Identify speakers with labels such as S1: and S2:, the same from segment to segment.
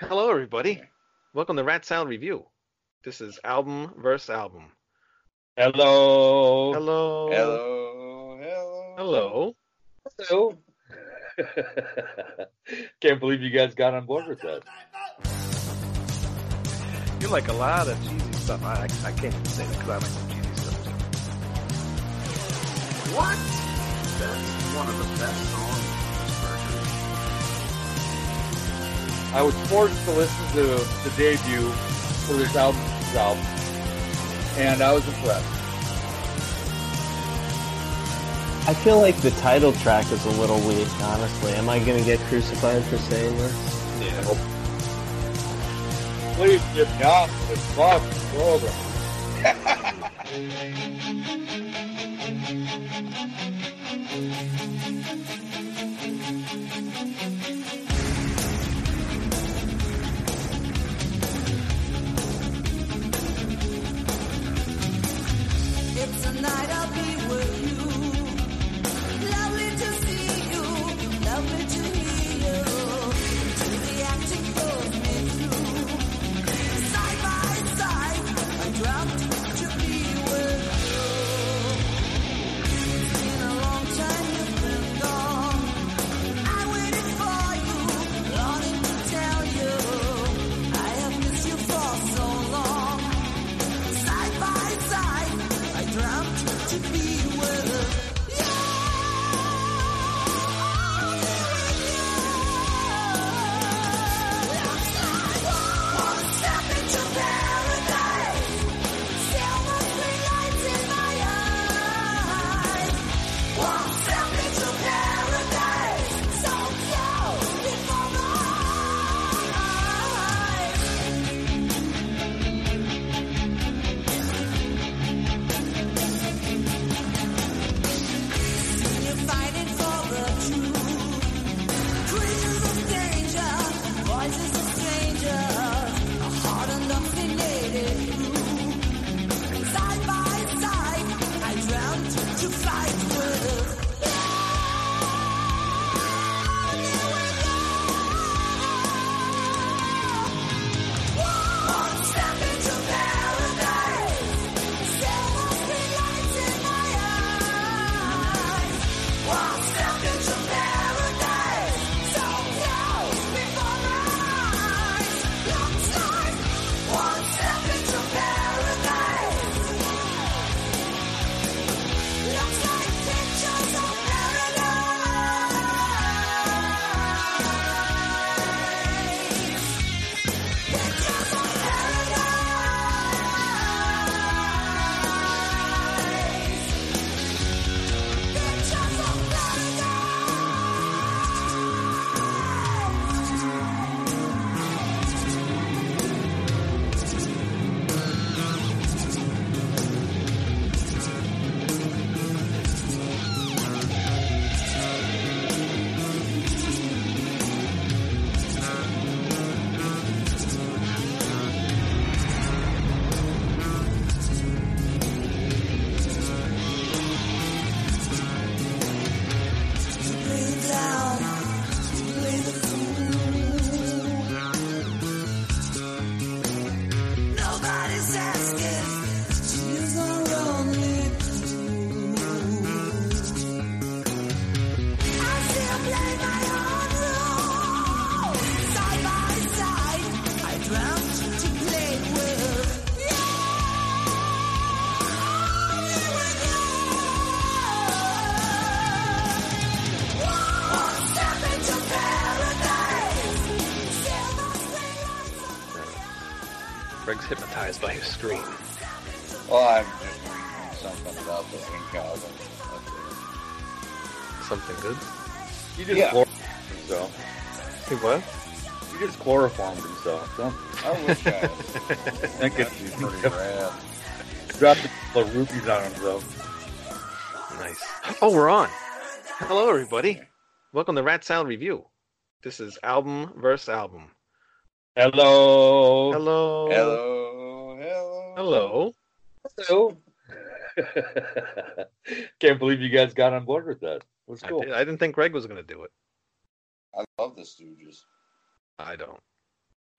S1: Hello, everybody. Welcome to Rat Sound Review. This is album versus album.
S2: Hello.
S1: Hello.
S3: Hello. Hello.
S1: Hello.
S2: Hello. Can't believe you guys got on board with that.
S4: You like a lot of cheesy stuff. I, I can't even say that because I like some cheesy stuff too. What? That's one of the best songs.
S2: I was forced to listen to the debut for this album, this album, and I was impressed.
S5: I feel like the title track is a little weak, honestly. Am I gonna get crucified for saying this?
S2: Please give me off the fuck program.
S6: It's a night I'll be with you. Lovely to see you, lovely to hear you. To the acting pulls me through. Side by side, I dreamt to be with you. It's been a long time you've been gone. I waited for you, longing to tell you. I have missed you for so long. Side by side, I dreamt to be with you. One step into paradise, silver string lights in my eyes. One step into paradise, so close before my eyes. You're fighting for the truth. Creatures of danger, voices of strangers, a heart indoctrinated through. Side by side, I dreamt to fight with. Yeah, here we go. One step into paradise. Silver street lights in my eyes. One step into paradise. So close before my eyes. Looks like one step into paradise. Looks like pictures of paradise. Pictures of paradise. Pictures of paradise. Lay down, lay the fool. Nobody's asking to use our only I still play my own role. Side by side, I dreamt to play with you. Only with you. One step into paradise. Silver screen lights on
S1: Greg's hypnotized by his screen.
S2: Well, I'm just something about the Pink album.
S1: Something good.
S2: You just
S3: Yeah.
S2: chloroformed himself.
S1: Hey, what?
S2: You just chloroformed himself. Don't
S3: I wish I was
S2: think
S3: that'd
S2: it's
S3: be pretty rad.
S2: dropped a couple of rupees on himself.
S1: Nice. Oh, we're on. Hello, everybody. Welcome to Rat Sound Review. This is album versus album.
S2: Hello.
S1: Hello.
S3: Hello. Hello.
S1: Hello.
S2: Hello. Can't believe you guys got on board with that. That's
S1: I,
S2: cool.
S1: did, I didn't think Greg was going to do it.
S3: I love the Stooges.
S1: I don't.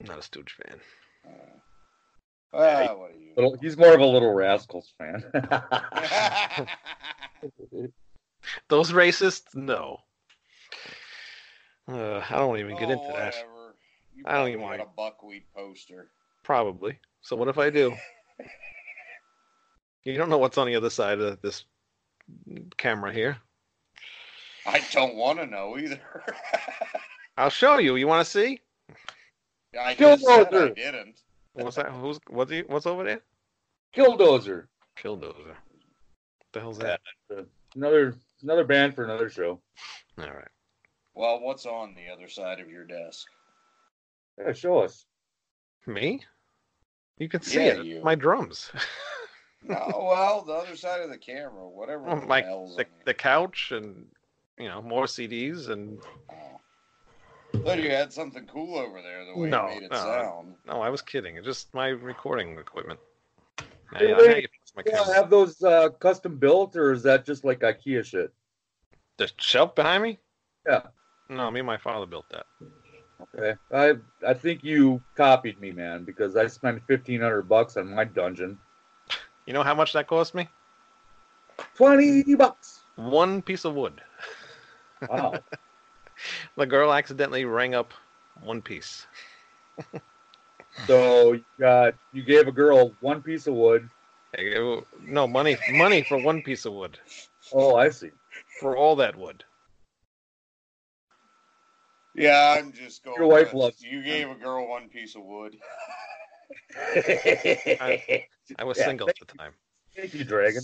S1: I'm not a Stooge fan.
S3: Uh, ah, what are you?
S2: Little, he's more of a Little Rascals fan.
S1: Those racists? No. Uh, I don't even get into that.
S3: Oh, Whatever. You
S1: I don't even wanna-
S3: probably got a buckwheat poster.
S1: Probably. So what if I do? you don't know what's on the other side of this camera here.
S3: I don't want to know either.
S1: I'll show you. You want to see?
S3: I
S2: Kill
S3: just said I
S2: Roger.
S3: didn't.
S1: What's that? Who's what's he, What's over there?
S2: Killdozer,
S1: Killdozer. The hell's that?
S2: another another band for another show.
S1: All right.
S3: Well, what's on the other side of your desk?
S2: Yeah, show us.
S1: Me? You can see
S3: Yeah,
S1: it.
S3: you.
S1: My drums.
S3: No, well, the other side of the camera, whatever.
S1: Oh,
S3: the
S1: my
S3: hell's
S1: the,
S3: on
S1: the couch and you know more CDs and
S3: it. Thought you had something cool over there. The way
S1: No,
S3: you made it
S1: no.
S3: sound.
S1: no, I was kidding. It's just my recording equipment. Now,
S2: Hey,
S1: now
S2: wait.
S1: you fix my
S2: Yeah,
S1: camera.
S2: have those uh, custom built, or is that just like IKEA shit?
S1: The shelf behind me?
S2: Yeah.
S1: No, me and my father built that.
S2: Okay, I I think you copied me, man, because I spent fifteen hundred bucks on my dungeon.
S1: You know how much that cost me?
S2: Twenty bucks.
S1: One piece of wood.
S2: Wow.
S1: The girl accidentally rang up one piece.
S2: so you got you gave a girl one piece of wood.
S1: Eh, No money, money for one piece of wood
S2: Oh, I see.
S1: for all that wood.
S3: Yeah, I'm just going.
S2: Your wife
S3: with,
S2: loves-
S3: You gave a girl one piece of wood.
S2: Thank
S1: I was
S2: Yeah,
S1: single at the time.
S2: you, Dragon.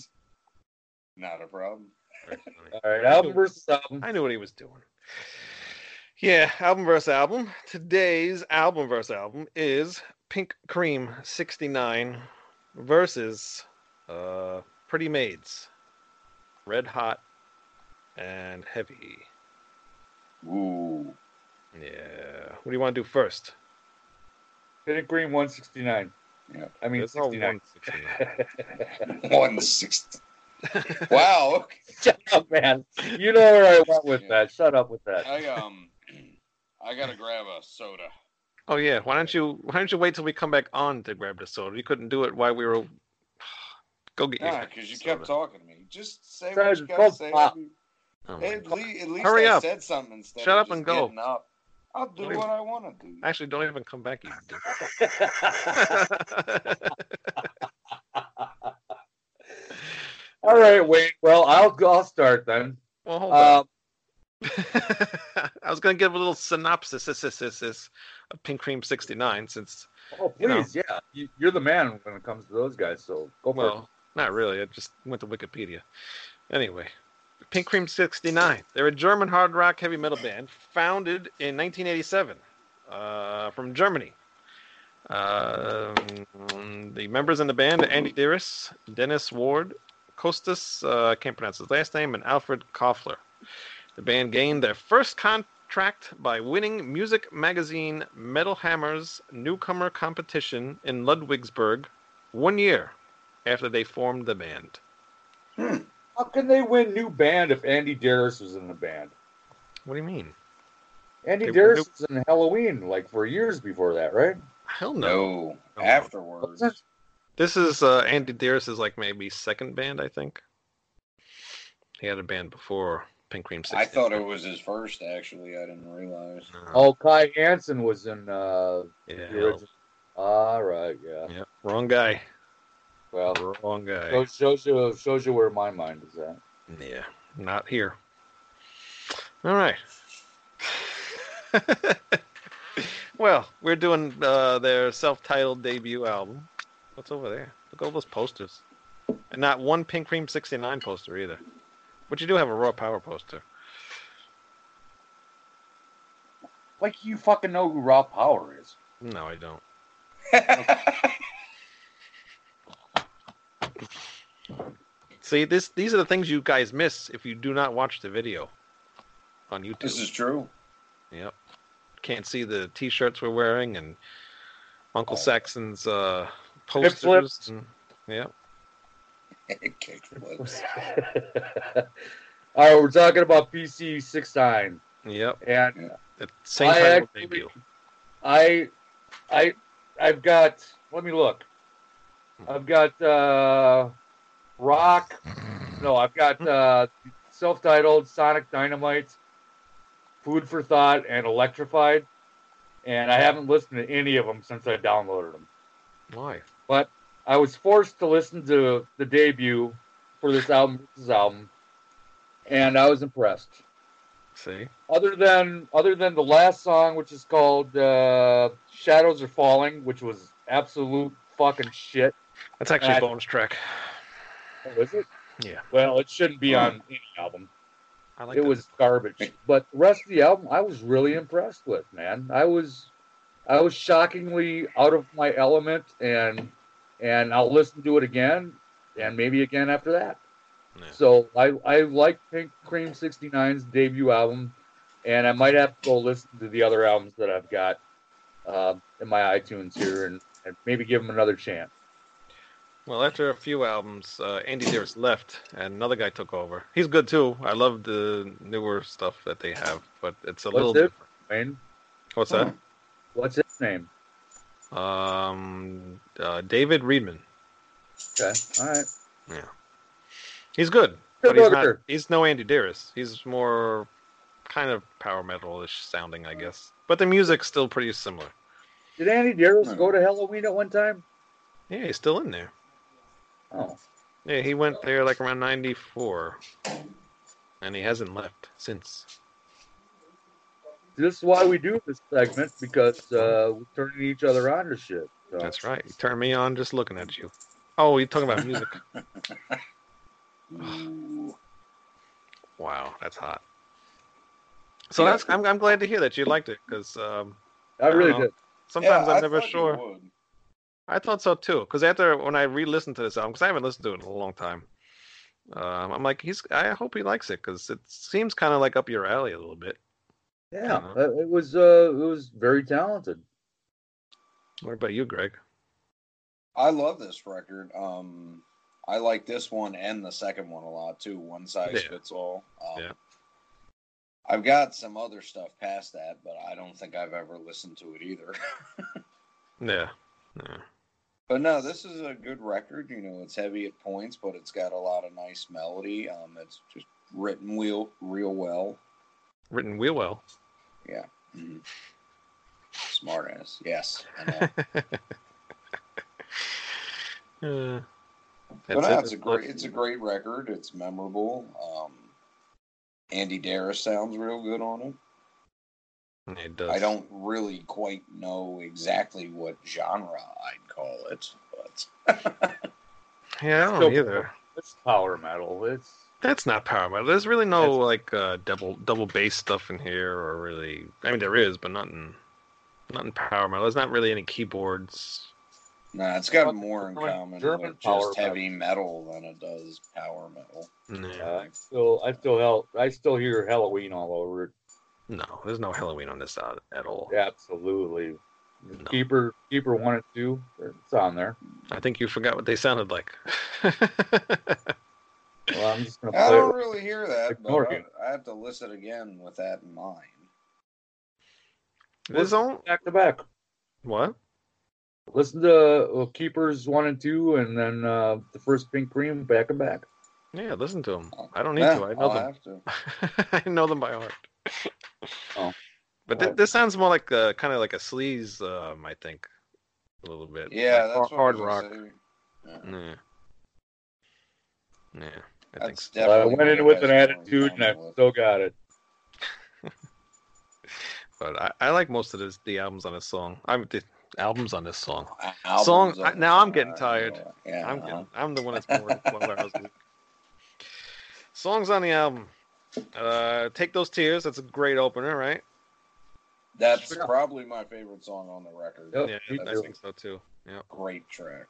S3: Not a problem.
S1: Very funny.
S2: All right, album versus album.
S1: I knew what he was doing. Yeah, album verse album. Today's album verse album is Pink Cream 69 versus uh, Pretty Maids, Red Hot and Heavy.
S3: Ooh.
S1: Yeah. What do you want to do first?
S2: Pink Green 169.
S3: Yeah.
S2: I mean,
S1: There's no
S2: 69.
S1: 169.
S3: One sixty. wow. okay.
S2: Shut up, Oh, man. You know where I went with that. Shut up with that.
S3: I um, I gotta grab a soda.
S1: oh yeah. Why don't you why don't you wait till we come back on to grab the soda? You couldn't do it while we were go get your
S3: Yeah, because you kept talking to me. Just say
S2: Sorry,
S3: what you
S2: it's
S3: gotta
S2: called
S3: say.
S2: pop.
S1: Oh, my
S3: Hey, at, le- at least
S1: Hurry
S3: I
S1: up.
S3: said something instead
S1: Shut
S3: of
S1: up
S3: just
S1: and go.
S3: getting up. I'll do
S1: Wait.
S3: what I want to do.
S1: Actually, don't even come back. You
S2: All right, Wayne. Well, I'll I'll start then.
S1: well, hold
S2: Uh,
S1: on. I was going to give a little synopsis s- s- s- s- of Pink Cream 69 since,
S2: oh,
S1: You know.
S2: please, yeah. You, you're the man when it comes to those guys. So go for
S1: well, not really. I just went to Wikipedia. Anyway, Pink Cream 69. They're a German hard rock heavy metal band founded in 1987 uh, from Germany. Um, the members in the band are Andy Deris, Dennis Ward, Kostas, uh, I can't pronounce his last name, and Alfred Koffler. The band gained their first contract by winning music magazine Metal Hammer's newcomer competition in Ludwigsburg one year after they formed the band.
S2: it. How can they win new band if Andy Darris was in the band?
S1: What do you mean?
S2: Andy
S1: They were
S2: Darris was in Halloween like for years before that, right?
S1: Hell no.
S3: no,
S1: No.
S3: afterwards.
S1: This is uh, Andy Dearest is like maybe second band, I think. He had a band before Pink Cream 60.
S3: I thought it was his first. Actually, I didn't realize.
S1: No.
S2: Oh, Kai Hansen was in
S1: Uh, Uh-huh.
S2: uh,
S1: yeah,
S2: the original. All right, yeah.
S1: yeah, wrong guy.
S2: Well,
S1: Wrong guy.
S2: So shows you shows you where my mind is at.
S1: Yeah, not here. All right. well, we're doing uh, their self-titled debut album. What's over there? Look at all those posters, and not one Pink Cream '69 poster either. But you do have a Raw Power poster.
S2: Like you fucking know who Raw Power is.
S1: No, I don't. See, this these are the things you guys miss if you do not watch the video on YouTube.
S3: This is true.
S1: Yep. Can't see the t-shirts we're wearing and Uncle Saxon's uh, posters.
S2: Oh. flips.
S1: And, yep.
S3: Kick flips.
S2: All right, we're talking about PC six nine,
S1: Yep.
S2: and
S1: The same
S2: I
S1: title
S2: actually-
S1: debut.
S2: I I I've got let me look. I've got uh rock. No, I've got uh self-titled Sonic Dynamite, Food for Thought and Electrified. And I haven't listened to any of them since I downloaded them.
S1: Why?
S2: I was forced to listen to the debut for this album this album and I was impressed
S1: See?
S2: other than other than the last song, which is called uh, "Shadows Are Falling," which was absolute fucking shit.
S1: That's actually a
S2: Uh,
S1: bonus track.
S2: Oh, is it?
S1: Yeah.
S2: Well, it shouldn't be on any album.
S1: I like
S2: It
S1: that.
S2: was garbage. But the rest of the album, I was really impressed with. Man, I was, I was shockingly out of my element, and and I'll listen to it again, and maybe again after that.
S1: Yeah.
S2: So I I like Pink Cream 69's debut album, and I might have to go listen to the other albums that I've got um in my iTunes here, and, and maybe give them another chance.
S1: Well, after a few albums, uh, Andy Dearest left, and another guy took over. He's good too. I love the newer stuff that they have, but it's a
S2: What's
S1: little
S2: it?
S1: different.
S2: Wayne,
S1: What's that?
S2: what's his name? Hmm.
S1: Um, uh, David Reedman.
S2: Okay, all right.
S1: He's good, but he's not.
S2: Sure.
S1: He's no Andy Dearest. He's more kind of power metal-ish sounding, I guess. But the music's still pretty similar.
S2: Did Andy Darrows
S3: Hmm.
S2: go to Halloween at one time?
S1: Yeah, he's still in there.
S2: Oh,
S1: Yeah, he went there like around '94, and he hasn't left since.
S2: this is why we do this segment because uh, we're turning each other on to shit. So.
S1: That's right. You turn me on just looking at you. Oh, you're talking about music.
S3: Ooh.
S1: Wow, that's hot. So that's I'm, I'm glad to hear that you liked it because um,
S2: I really
S1: I
S2: did.
S1: don't sometimes
S3: Yeah, I
S1: I'm never
S3: thought you
S1: sure.
S3: would.
S1: I thought so too because after when I re-listened to this album because I haven't listened to it in a long time, um, I'm like he's I hope he likes it because it seems kind of like up your alley a little bit.
S2: Yeah,
S1: Uh-huh.
S2: uh, it was uh, it was very talented.
S1: What about you, Greg?
S3: I love this record. Um, I like this one and the second one a lot too. One size
S1: Yeah.
S3: fits all. Um,
S1: Yeah.
S3: I've got some other stuff past that, but I don't think I've ever listened to it either.
S1: Yeah, yeah.
S3: But no, this is a good record. You know, it's heavy at points, but it's got a lot of nice melody. Um, it's just written real, real well.
S1: written real well.
S3: Yeah. Mhm. Smart ass. Yes. I know.
S1: Uh,
S3: but
S1: that's
S3: no,
S1: it.
S3: it's a great, it's a great record. It's memorable. Um, Andy Darris sounds real good on it.
S1: It does.
S3: I don't really quite know exactly what genre I'd call it, but
S1: Yeah, I don't
S2: Still-
S1: either.
S2: It's power metal. It's
S1: That's not power metal. There's really no like uh, double double bass stuff in here, or really. I mean, there is, but nothing, nothing power metal. There's not really any keyboards.
S3: nah, it's got more in
S2: German-
S3: common
S2: German
S3: with
S2: power
S3: just heavy metal than it does power metal.
S1: No,
S2: uh, still I still hell I still hear Halloween all over it.
S1: no there's no Halloween on this side at all.
S2: Absolutely.
S1: No.
S2: Keeper Keeper one and two. It's on there.
S1: I think you forgot what they sounded like.
S2: Well, I'm just gonna
S3: I
S2: play
S3: don't
S2: it.
S3: really hear that,
S2: Ignore
S3: but I,
S2: you.
S3: I have to listen again with that in mind.
S1: there's only
S2: back to back.
S1: what?
S2: Listen to uh, Keepers one and two, and then uh, the first Pink Cream back and back.
S1: Yeah, listen to them. I don't need
S3: Yeah,
S1: to. I know
S3: I'll
S1: them.
S3: oh, have to.
S1: I know them by heart.
S2: Oh.
S1: But thi-
S2: Well.
S1: this sounds more like uh, kind of like a sleaze, um, I think, a little bit.
S3: Yeah,
S1: Like har-
S3: that's what I
S1: hard
S3: was
S1: rock.
S3: saying. Yeah.
S1: Yeah. Yeah, I think
S3: That's
S1: so.
S2: I
S3: definitely
S2: went in
S3: what
S2: with an
S3: I was
S2: attitude, and I
S3: going with.
S2: still got it.
S1: But I, I like most of this, the albums on this song. I'm the albums on this song.
S3: Albums
S1: Song-
S3: are-
S1: now I'm getting
S3: uh,
S1: tired.
S3: Yeah,
S1: I'm
S3: uh-huh.
S1: getting, I'm the one that's bored. with 12 hours a week. Songs on the album. Uh, Take those tears. That's a great opener, right?
S3: That's
S2: Sure.
S3: probably my favorite song on the record.
S2: Yep. Oh,
S1: yeah,
S2: me
S1: I
S2: too.
S1: think so too. Yeah,
S3: Great track.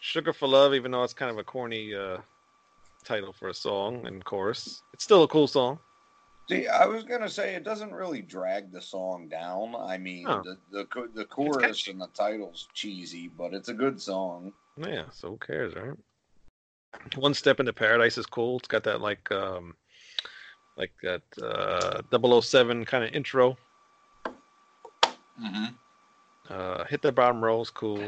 S1: Sugar for Love. Even though it's kind of a corny uh, title for a song and chorus, it's still a cool song.
S3: See, I was gonna say it doesn't really drag the song down. I mean,
S1: No.
S3: the, the co- the chorus
S1: catchy.
S3: and the title's cheesy, but it's a good song.
S1: Yeah, so who cares, right? One Step into Paradise is cool. It's got that like um like that uh 007 kind of intro. Uh, hit the bottom row is cool.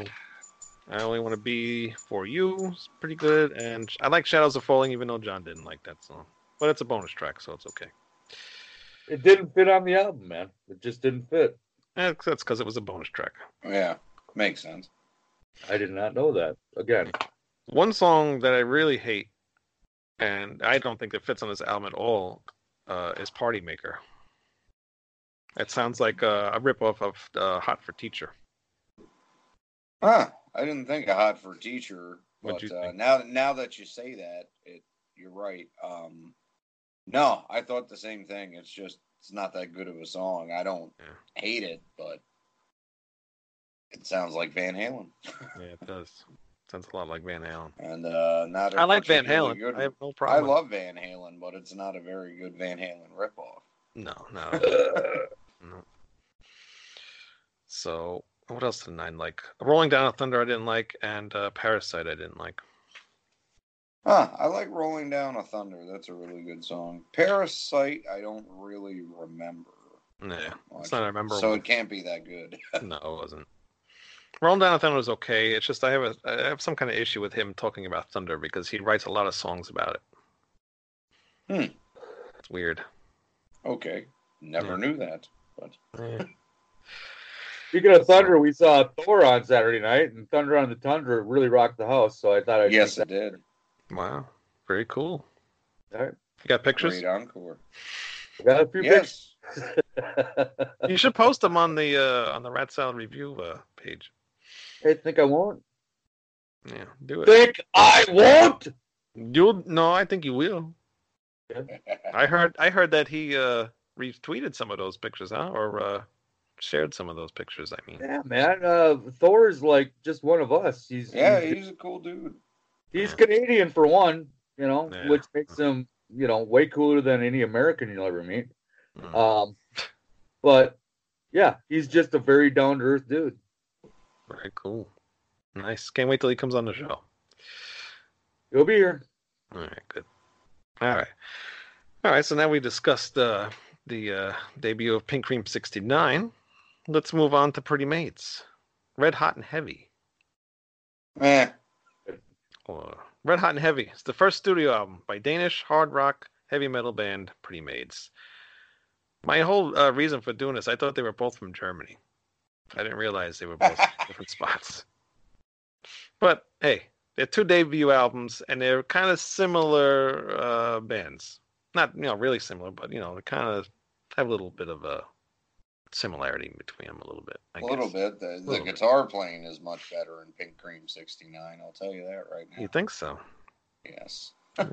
S1: I only want to be for you. It's pretty good, and I like Shadows of Falling, even though John didn't like that song. But it's a bonus track, so it's okay.
S2: It didn't fit on the album, man. It just didn't fit.
S1: Eh, That's because it was a bonus track.
S3: Yeah, makes sense.
S2: I did not know that. Again,
S1: One song that I really hate, and I don't think it fits on this album at all, uh, is Party Maker. It sounds like uh, a ripoff of uh, Hot for Teacher.
S3: Huh. I didn't think of Hot for Teacher, but
S1: What'd you
S3: uh,
S1: think?
S3: now now that you say that, it you're right. Um, no, I thought the same thing. It's just it's not that good of a song. I don't
S1: Yeah.
S3: hate it, but it sounds like Van Halen,
S1: Yeah, it does. Sounds a lot like Van Halen.
S3: and uh, not. a
S1: I like Van
S3: particularly
S1: Halen.
S3: good-
S1: I have no
S3: I
S1: problem. with-
S3: love Van Halen, but it's not a very good Van Halen ripoff.
S1: No, no. no. So, what else did I like? Rolling Down on Thunder, I didn't like, and uh, Parasite, I didn't like.
S3: Huh, I like Rolling Down a Thunder. That's a really good song. Parasite, I don't really remember.
S1: Yeah, it's
S3: much,
S1: not memorable.
S3: so uh it can't be that good.
S1: no, it wasn't. Rolling Down on Thunder was okay. It's just I have a I have some kind of issue with him talking about Thunder because he writes a lot of songs about it.
S3: Hmm.
S1: It's weird.
S3: Okay. Never knew that.
S2: speaking of Thunder, we saw Thor on Saturday night, and Thunder on the Tundra really rocked the house. So I thought I'd
S3: yes,
S2: check
S3: it did.
S1: Wow, very cool.
S2: All right.
S1: You got pictures?
S3: Great encore.
S2: that- got a few
S3: Yes.
S2: pictures.
S1: You should post them on the uh, on the Rat Salad Review uh, page.
S2: I think I won't.
S1: Yeah, do it.
S2: Think I won't.
S1: You'll no, I think you will. I heard I heard that he uh retweeted some of those pictures, huh? Or uh shared some of those pictures, I mean.
S2: Yeah, man. Uh, Thor is like just one of us. He's
S3: yeah,
S2: he's,
S3: he's a cool dude.
S2: he's Canadian for one, you know,
S1: Yeah.
S2: which makes him you know way cooler than any American you'll ever meet.
S1: Mm.
S2: Um, but yeah, he's just a very down to earth dude.
S1: Very cool. Nice. Can't wait till he comes on the show.
S2: He'll be here.
S1: All right, good. All right. All right, so now we discussed uh the uh debut of Pink Cream 69. Let's move on to Pretty Maids. Red Hot and Heavy.
S3: Eh,
S1: Or Red Hot and Heavy. It's the first studio album by Danish hard rock heavy metal band Pretty Maids. My whole uh, reason for doing this, I thought they were both from Germany. I didn't realize they were both from different spots. But hey, they're two debut albums, and they're kind of similar uh, bands. Not you know really similar, but you know they kind of have a little bit of a similarity between them a little bit. I
S3: a little
S1: guess.
S3: bit. The, the
S1: Little bit.
S3: guitar playing is much better in Pink Cream 69. I'll tell you that right now.
S1: You think so?
S3: Yes.
S1: All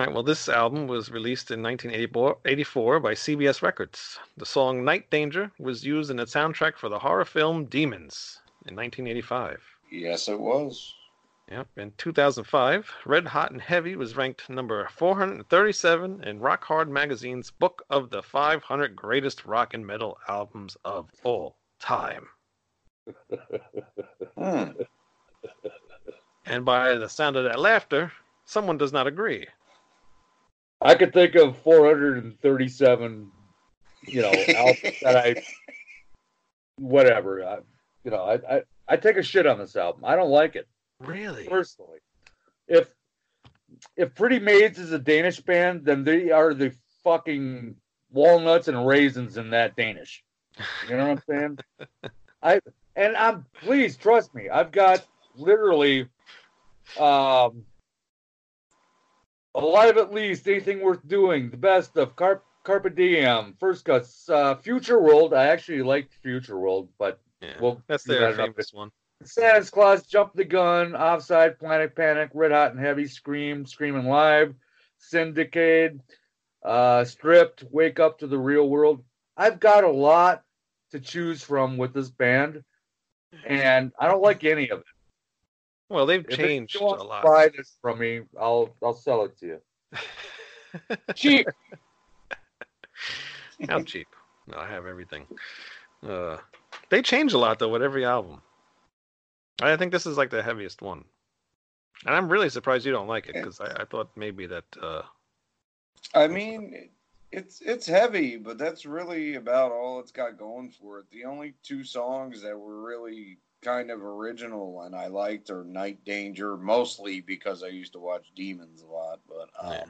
S1: right. Well, this album was released in 1984 by CBS Records. The song "Night Danger" was used in the soundtrack for the horror film Demons in 1985.
S3: Yes, it was.
S1: Yep. In 2005, "Red Hot and Heavy" was ranked number 437 in Rock Hard magazine's book of the 500 greatest rock and metal albums of all time.
S3: Hmm.
S1: And by the sound of that laughter, someone does not agree.
S2: I could think of 437, you know, albums that I, whatever. I, you know, I, I I take a shit on this album. I don't like it.
S1: Really?
S2: personally. If if Pretty Maids is a Danish band, then they are the fucking walnuts and raisins in that Danish. You know what I'm saying? I and I'm please trust me. I've got literally um alive at least anything worth doing. The best of Carp Carpe Diem, First Cuts, uh, Future World. I actually liked Future World, but
S1: Yeah.
S2: Well,
S1: that's
S2: you
S1: their
S2: got it up
S1: famous one.
S2: Santa's Claus, Jump the Gun, Offside, Planet Panic, Red Hot and Heavy, Scream, Screaming Live, Syndicate, uh, Stripped, Wake Up to the Real World. I've got a lot to choose from with this band, and I don't like any of it.
S1: Well, they've
S2: If
S1: changed a
S2: you want
S1: lot.
S2: to buy this from me, I'll I'll sell it to you. Cheap.
S1: How cheap? No, I have everything. Uh, they change a lot though with every album. I think this is like the heaviest one, and I'm really surprised you don't like it because I, I thought maybe that. Uh,
S3: I mean, It's it's heavy, but that's really about all it's got going for it. The only two songs that were really kind of original and I liked are Night Danger, mostly because I used to watch Demons a lot, but um
S1: Yeah.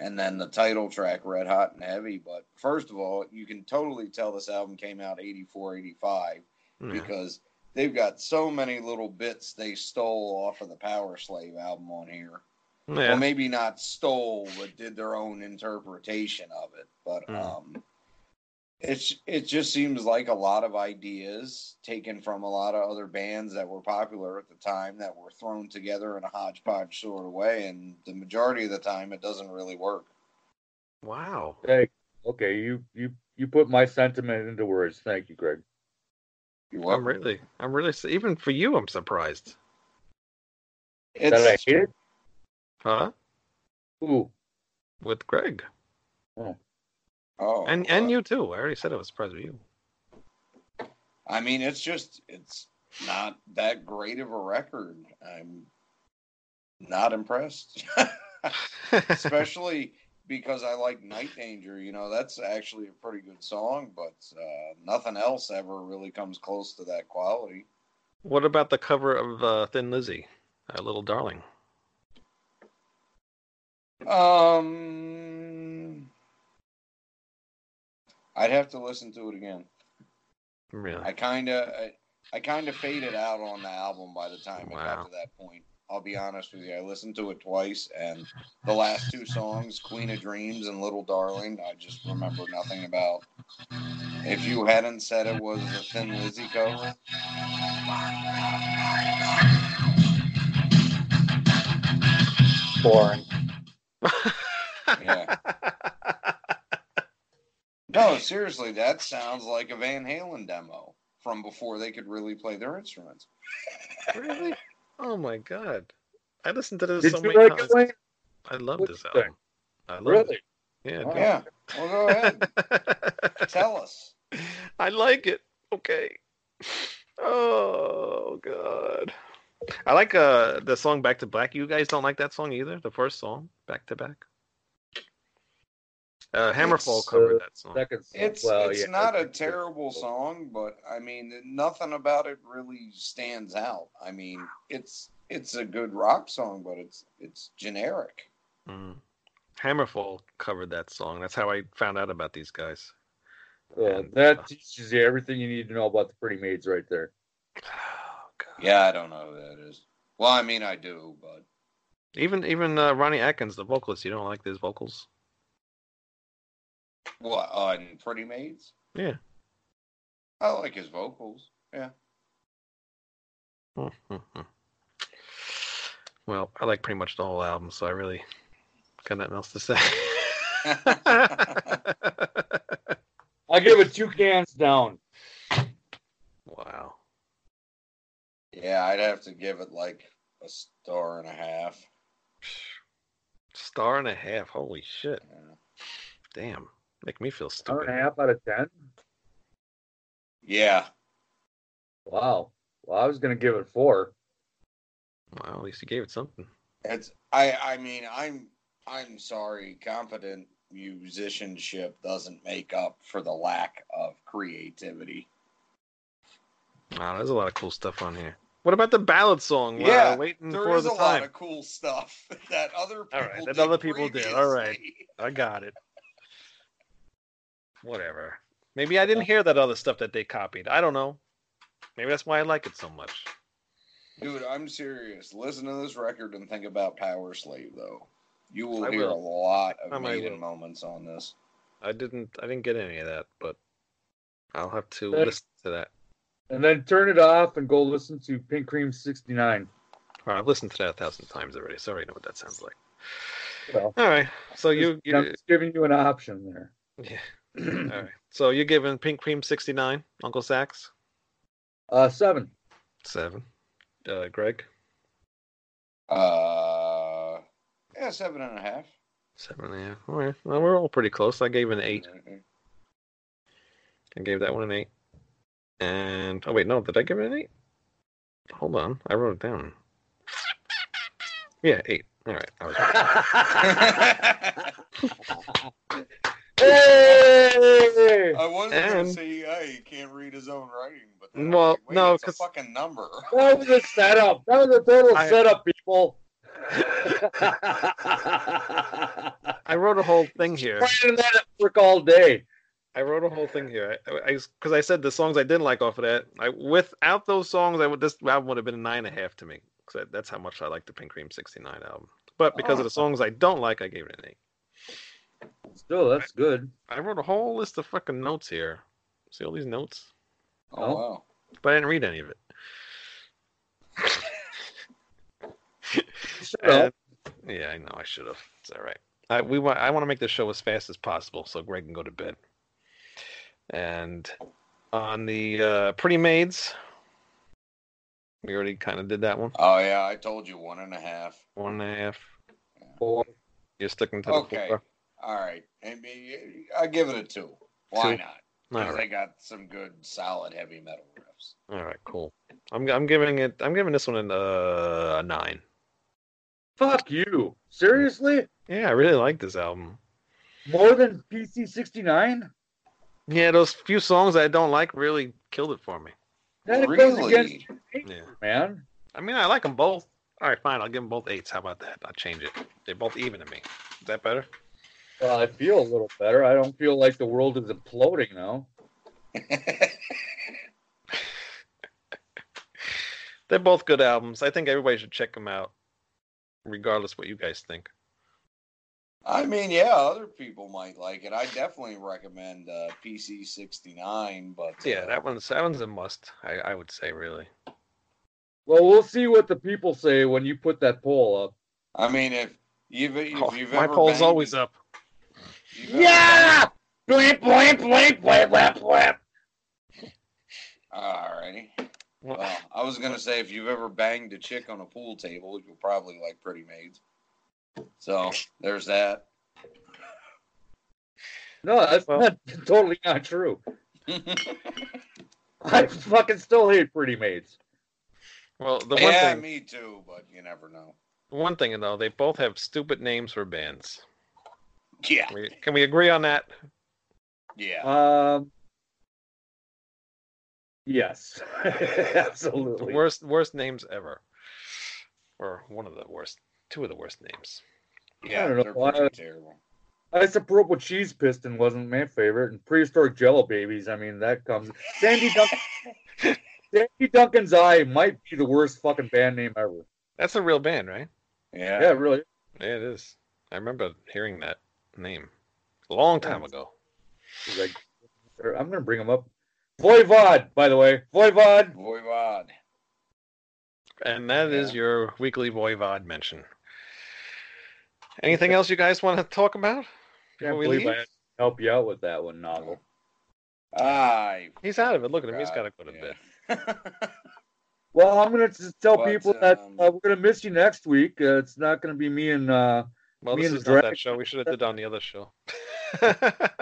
S3: and then the title track Red Hot and Heavy, but first of all, you can totally tell this album came out 84 85
S1: Yeah.
S3: because they've got so many little bits they stole off of the Power Slave album on here.
S1: Yeah.
S3: Well, maybe not stole, but did their own interpretation of it. But
S1: Hmm.
S3: um, it's it just seems like a lot of ideas taken from a lot of other bands that were popular at the time that were thrown together in a hodgepodge sort of way, and the majority of the time it doesn't really work.
S1: Wow.
S2: Hey, okay, you you you put my sentiment into words. Thank you, Greg.
S3: You
S1: I'm
S3: welcome.
S1: really, I'm really, su- even for you, I'm surprised.
S2: That I
S3: It's
S2: hate it.
S1: Huh?
S2: Ooh,
S1: With Greg.
S3: oh,
S1: And and you too. I already said I was surprised with you.
S3: I mean, it's just it's not that great of a record. I'm not impressed. especially because I like Night Danger. You know, that's actually a pretty good song, but uh, nothing else ever really comes close to that quality.
S1: what about the cover of uh, Thin Lizzy, uh, Little Darling?
S3: Um, I'd have to listen to it again.
S1: Really?
S3: I kind of, I, I kind of faded out on the album by the time it
S1: Wow.
S3: got to that point. I'll be honest with you. I listened to it twice, and the last two songs, "Queen of Dreams" and "Little Darling," I just remember nothing about. If you hadn't said it was the Thin Lizzy cover,
S4: Boring.
S3: yeah. No, seriously, that sounds like a Van Halen demo from before they could really play their instruments.
S1: really? Oh my god! I listened to this
S2: did
S1: so
S2: you
S1: many
S2: like
S1: times.
S2: it? Wayne?
S1: I love
S2: What'd
S1: this
S2: you
S1: album. I love
S2: Really?
S1: it. Yeah.
S2: Wow.
S3: Oh, Yeah. Well, go ahead.
S1: dude.
S3: Tell us.
S1: I like it. Okay. Oh god. I like uh the song Back to Black. You guys don't like that song either? The first song, Back to Back. Uh Hammerfall
S3: It's,
S1: covered
S2: uh,
S1: that song.
S2: Second. song.
S3: It's
S2: Well,
S3: it's
S2: yeah,
S3: not a
S2: that's-
S3: terrible song, but I mean, nothing about it really stands out. I mean, it's it's a good rock song, but it's it's generic.
S1: Mm. Hammerfall covered that song. That's how I found out about these guys.
S2: Uh, that teaches you everything you need to know about the Pretty Maids right there.
S1: Oh god.
S3: Yeah, I don't know who that is. Well, I mean, I do, but
S1: Even even uh, Ronnie Atkins, the vocalist, you don't like his vocals?
S3: what on Pretty Maids?
S1: Yeah.
S3: I like his vocals.
S1: Mhm. Well, I like pretty much the whole album, so I really got nothing else to say.
S2: I give it two cans down.
S1: wow.
S3: Yeah, I'd have to give it like a star and a half.
S1: Star and a half. Holy shit.
S3: Yeah.
S1: Damn. Make me feel
S2: Hour and a
S1: stupid.
S2: half out of ten.
S3: Yeah,
S2: Wow. Well, I was gonna give it four.
S1: Wow, at least you gave it something.
S3: it's I. I mean, I'm I'm sorry. Competent musicianship doesn't make up for the lack of creativity.
S1: Wow, there's a lot of cool stuff on here. What about the ballad song? We're,
S3: Yeah,
S1: uh, waiting
S3: There
S1: for
S3: is
S1: the
S3: a
S1: time.
S3: lot of cool stuff that other people
S1: All right, that
S3: did
S1: other people did. All right.
S3: previously.
S1: I got it. Whatever. Maybe I didn't hear that other stuff that they copied. I don't know. Maybe that's why I like it so much.
S3: dude. I'm serious. Listen to this record and think about Power Slave, though. You will
S1: I
S3: hear
S1: will.
S3: a lot
S1: I
S3: of
S1: might
S3: Maiden
S1: will.
S3: moments on this.
S1: I didn't. I didn't get any of that, but I'll have to
S2: Okay.
S1: listen to that.
S2: And then turn it off and go listen to Pink Cream 69.
S1: All right, I've listened to that a thousand times already, so I already know what that sounds like.
S2: Well,
S1: All right, so you,
S2: just- I'm
S1: you
S2: just giving you an option there.
S1: yeah. All right, so you're giving Pink Cream sixty nine, Uncle Sax
S2: Uh, seven.
S1: seven, uh, Greg
S3: Uh, yeah, seven and a half.
S1: seven and a half. All right, well, we're all pretty close. I gave an eight. I gave that one an eight. And oh wait, no, did I give it an eight? Hold on, I wrote it down. Yeah, eight. All right, I was right.
S2: Hey!
S3: I was
S1: And-
S3: gonna say, hey, he can't read his own writing, but then I'm
S1: Well,
S3: like, wait,
S1: no,
S3: it's a
S1: 'cause-
S3: fucking number.
S2: That was a setup. That was a total
S1: I-
S2: setup, people.
S1: I wrote a whole thing here.
S2: Planning that at work all day.
S1: I wrote a whole thing here. I because I, said the songs I didn't like off of that. I without those songs, I would this album would have been a nine and a half to me because that's how much I like the Pink Cream '69 album. But because of the songs I don't like, I gave it an eight.
S2: Still, that's good.
S1: I wrote a whole list of fucking notes here. See all these notes,
S3: Oh wow.
S1: but I didn't read any of it.
S2: Shut up.
S1: And- yeah, I know. I should have. It's all right. I we want. I want to make this show as fast as possible so Greg can go to bed. And on the uh, Pretty Maids, we already kind of did that one.
S3: Oh yeah, I told you one and a half.
S1: One and a half.
S2: Four.
S1: You're sticking to the
S3: Okay.
S1: four.
S3: All right. Maybe I give it a two. Why
S1: Two.
S3: not?
S1: All
S3: Because
S1: right.
S3: they got some good, solid heavy metal riffs.
S1: All right. Cool. I'm I'm giving it. I'm giving this one an, uh, a nine.
S2: Fuck you. Seriously?
S1: Yeah, I really like this album.
S2: More than PC 69?
S1: Yeah, those few songs I don't like really killed it for me.
S2: That goes against
S3: Really?
S1: Yeah.
S2: man.
S1: I mean, I like them both. All right, fine. I'll give them both eights. How about that? I'll change it. They're both even to me. Is that better?
S2: Well, I feel a little better. I don't feel like the world is imploding now.
S1: They're both good albums. I think everybody should check them out, regardless what you guys think.
S3: I mean, yeah, other people might like it. I definitely recommend uh, PC sixty nine, but uh,
S1: Yeah, that one's that one's a must. I, I would say really.
S2: Well, we'll see what the people say when you put that poll up.
S3: I mean, if you've if
S1: Oh,
S3: you've
S1: my
S3: ever
S1: poll's
S3: banged-
S1: always up.
S3: you've ever
S2: Yeah! Blimp, blimp, blimp, blimp, blimp, blimp.
S3: Alrighty.
S1: Well,
S3: Well, I was gonna say if you've ever banged a chick on a pool table, you'll probably like Pretty Maids. So there's that.
S2: No, that's
S1: Well-
S2: not, totally not true. I fucking still hate Pretty Maids.
S1: well, the one
S3: yeah,
S1: thing,
S3: me too, but you never know.
S1: one thing though, they both have stupid names for bands.
S3: Yeah,
S1: Can we, can we agree on that?
S3: yeah.
S2: Um, yes,
S1: The
S2: absolutely.
S1: worst worst names ever, or one of the worst, two of the worst names.
S3: Yeah,
S2: don't know
S3: they're
S2: why-
S3: pretty terrible.
S2: Ice Isopropyl cheese piston wasn't my favorite, and prehistoric jello babies. I mean, that comes. Sandy Duncan. Sandy Duncan's Eye might be the worst fucking band name ever.
S1: That's a real band, right?
S3: Yeah.
S2: Yeah, really.
S1: Yeah, it is. I remember hearing that name a long time ago.
S2: It's Like, I'm gonna bring them up. Voivod, by the way, Voivod.
S3: Voivod.
S1: And that is
S3: Yeah.
S1: your weekly Voivod mention. Anything else you guys want to talk about?
S2: Can't
S1: we
S2: believe
S1: leave?
S2: I had to help you out with that one, novel.
S3: I
S1: He's out of it. Look at him. He's got to go to bed.
S3: bed.
S2: Well, I'm gonna just tell
S3: But,
S2: people that
S3: um,
S2: uh, we're gonna miss you next week. Uh, it's not gonna be me and uh,
S1: Well,
S2: Me
S1: this
S2: and the
S1: is not
S2: dragon.
S1: that show. We should have did on the other show.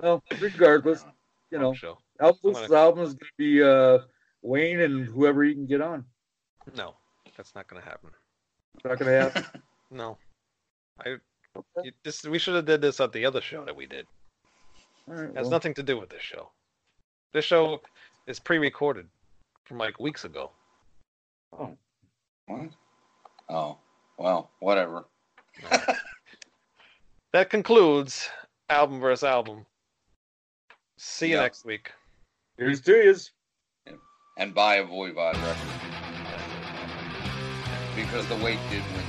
S2: well, regardless, you know,
S1: Wrong show.
S2: Elvis' album is gonna be uh, Wayne and whoever you can get on.
S1: No, that's not going to happen.
S2: It's not gonna happen.
S1: No, I. You, this we should have did this at the other show that we did.
S2: All right,
S1: It has
S2: well,
S1: nothing to do with this show. This show is pre-recorded from like weeks ago.
S3: What? Oh, well, whatever.
S1: That concludes album versus album. See you
S3: Yeah.
S1: next week.
S2: here's to yous.
S3: And buy a Voivod record. Because the weight did win this.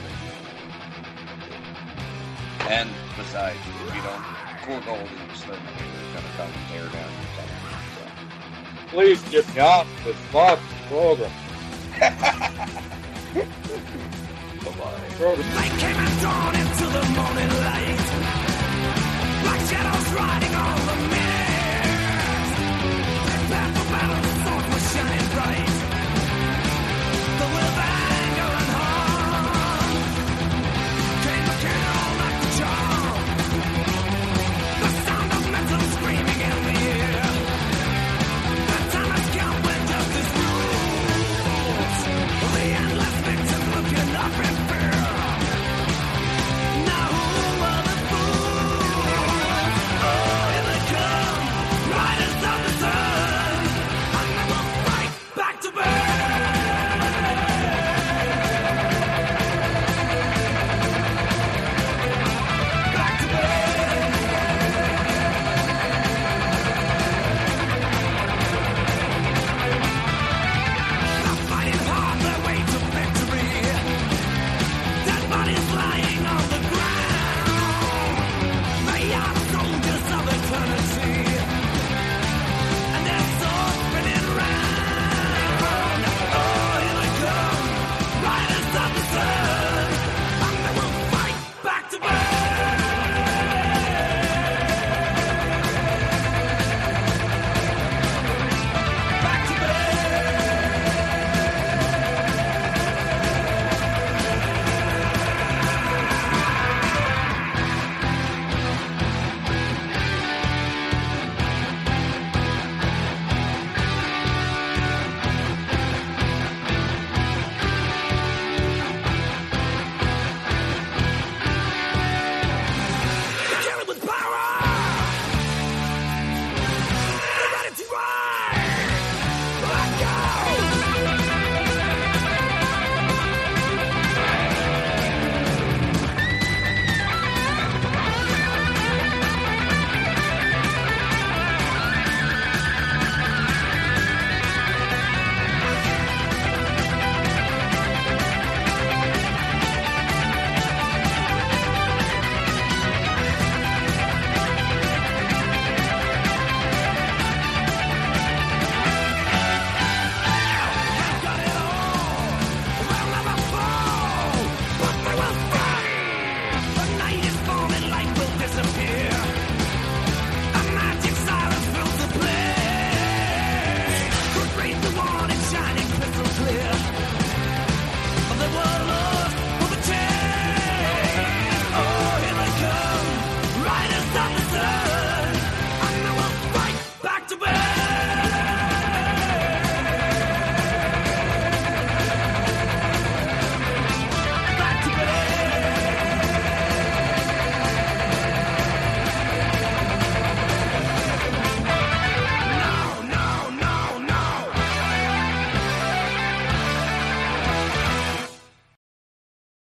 S3: And besides, if you don't cool gold and exterminate, it's going to come and tear down your town.
S2: Please get me off this fucking program.
S1: Bye-bye.
S2: program.
S6: Light came and dawn into the morning light. Black shadows riding on the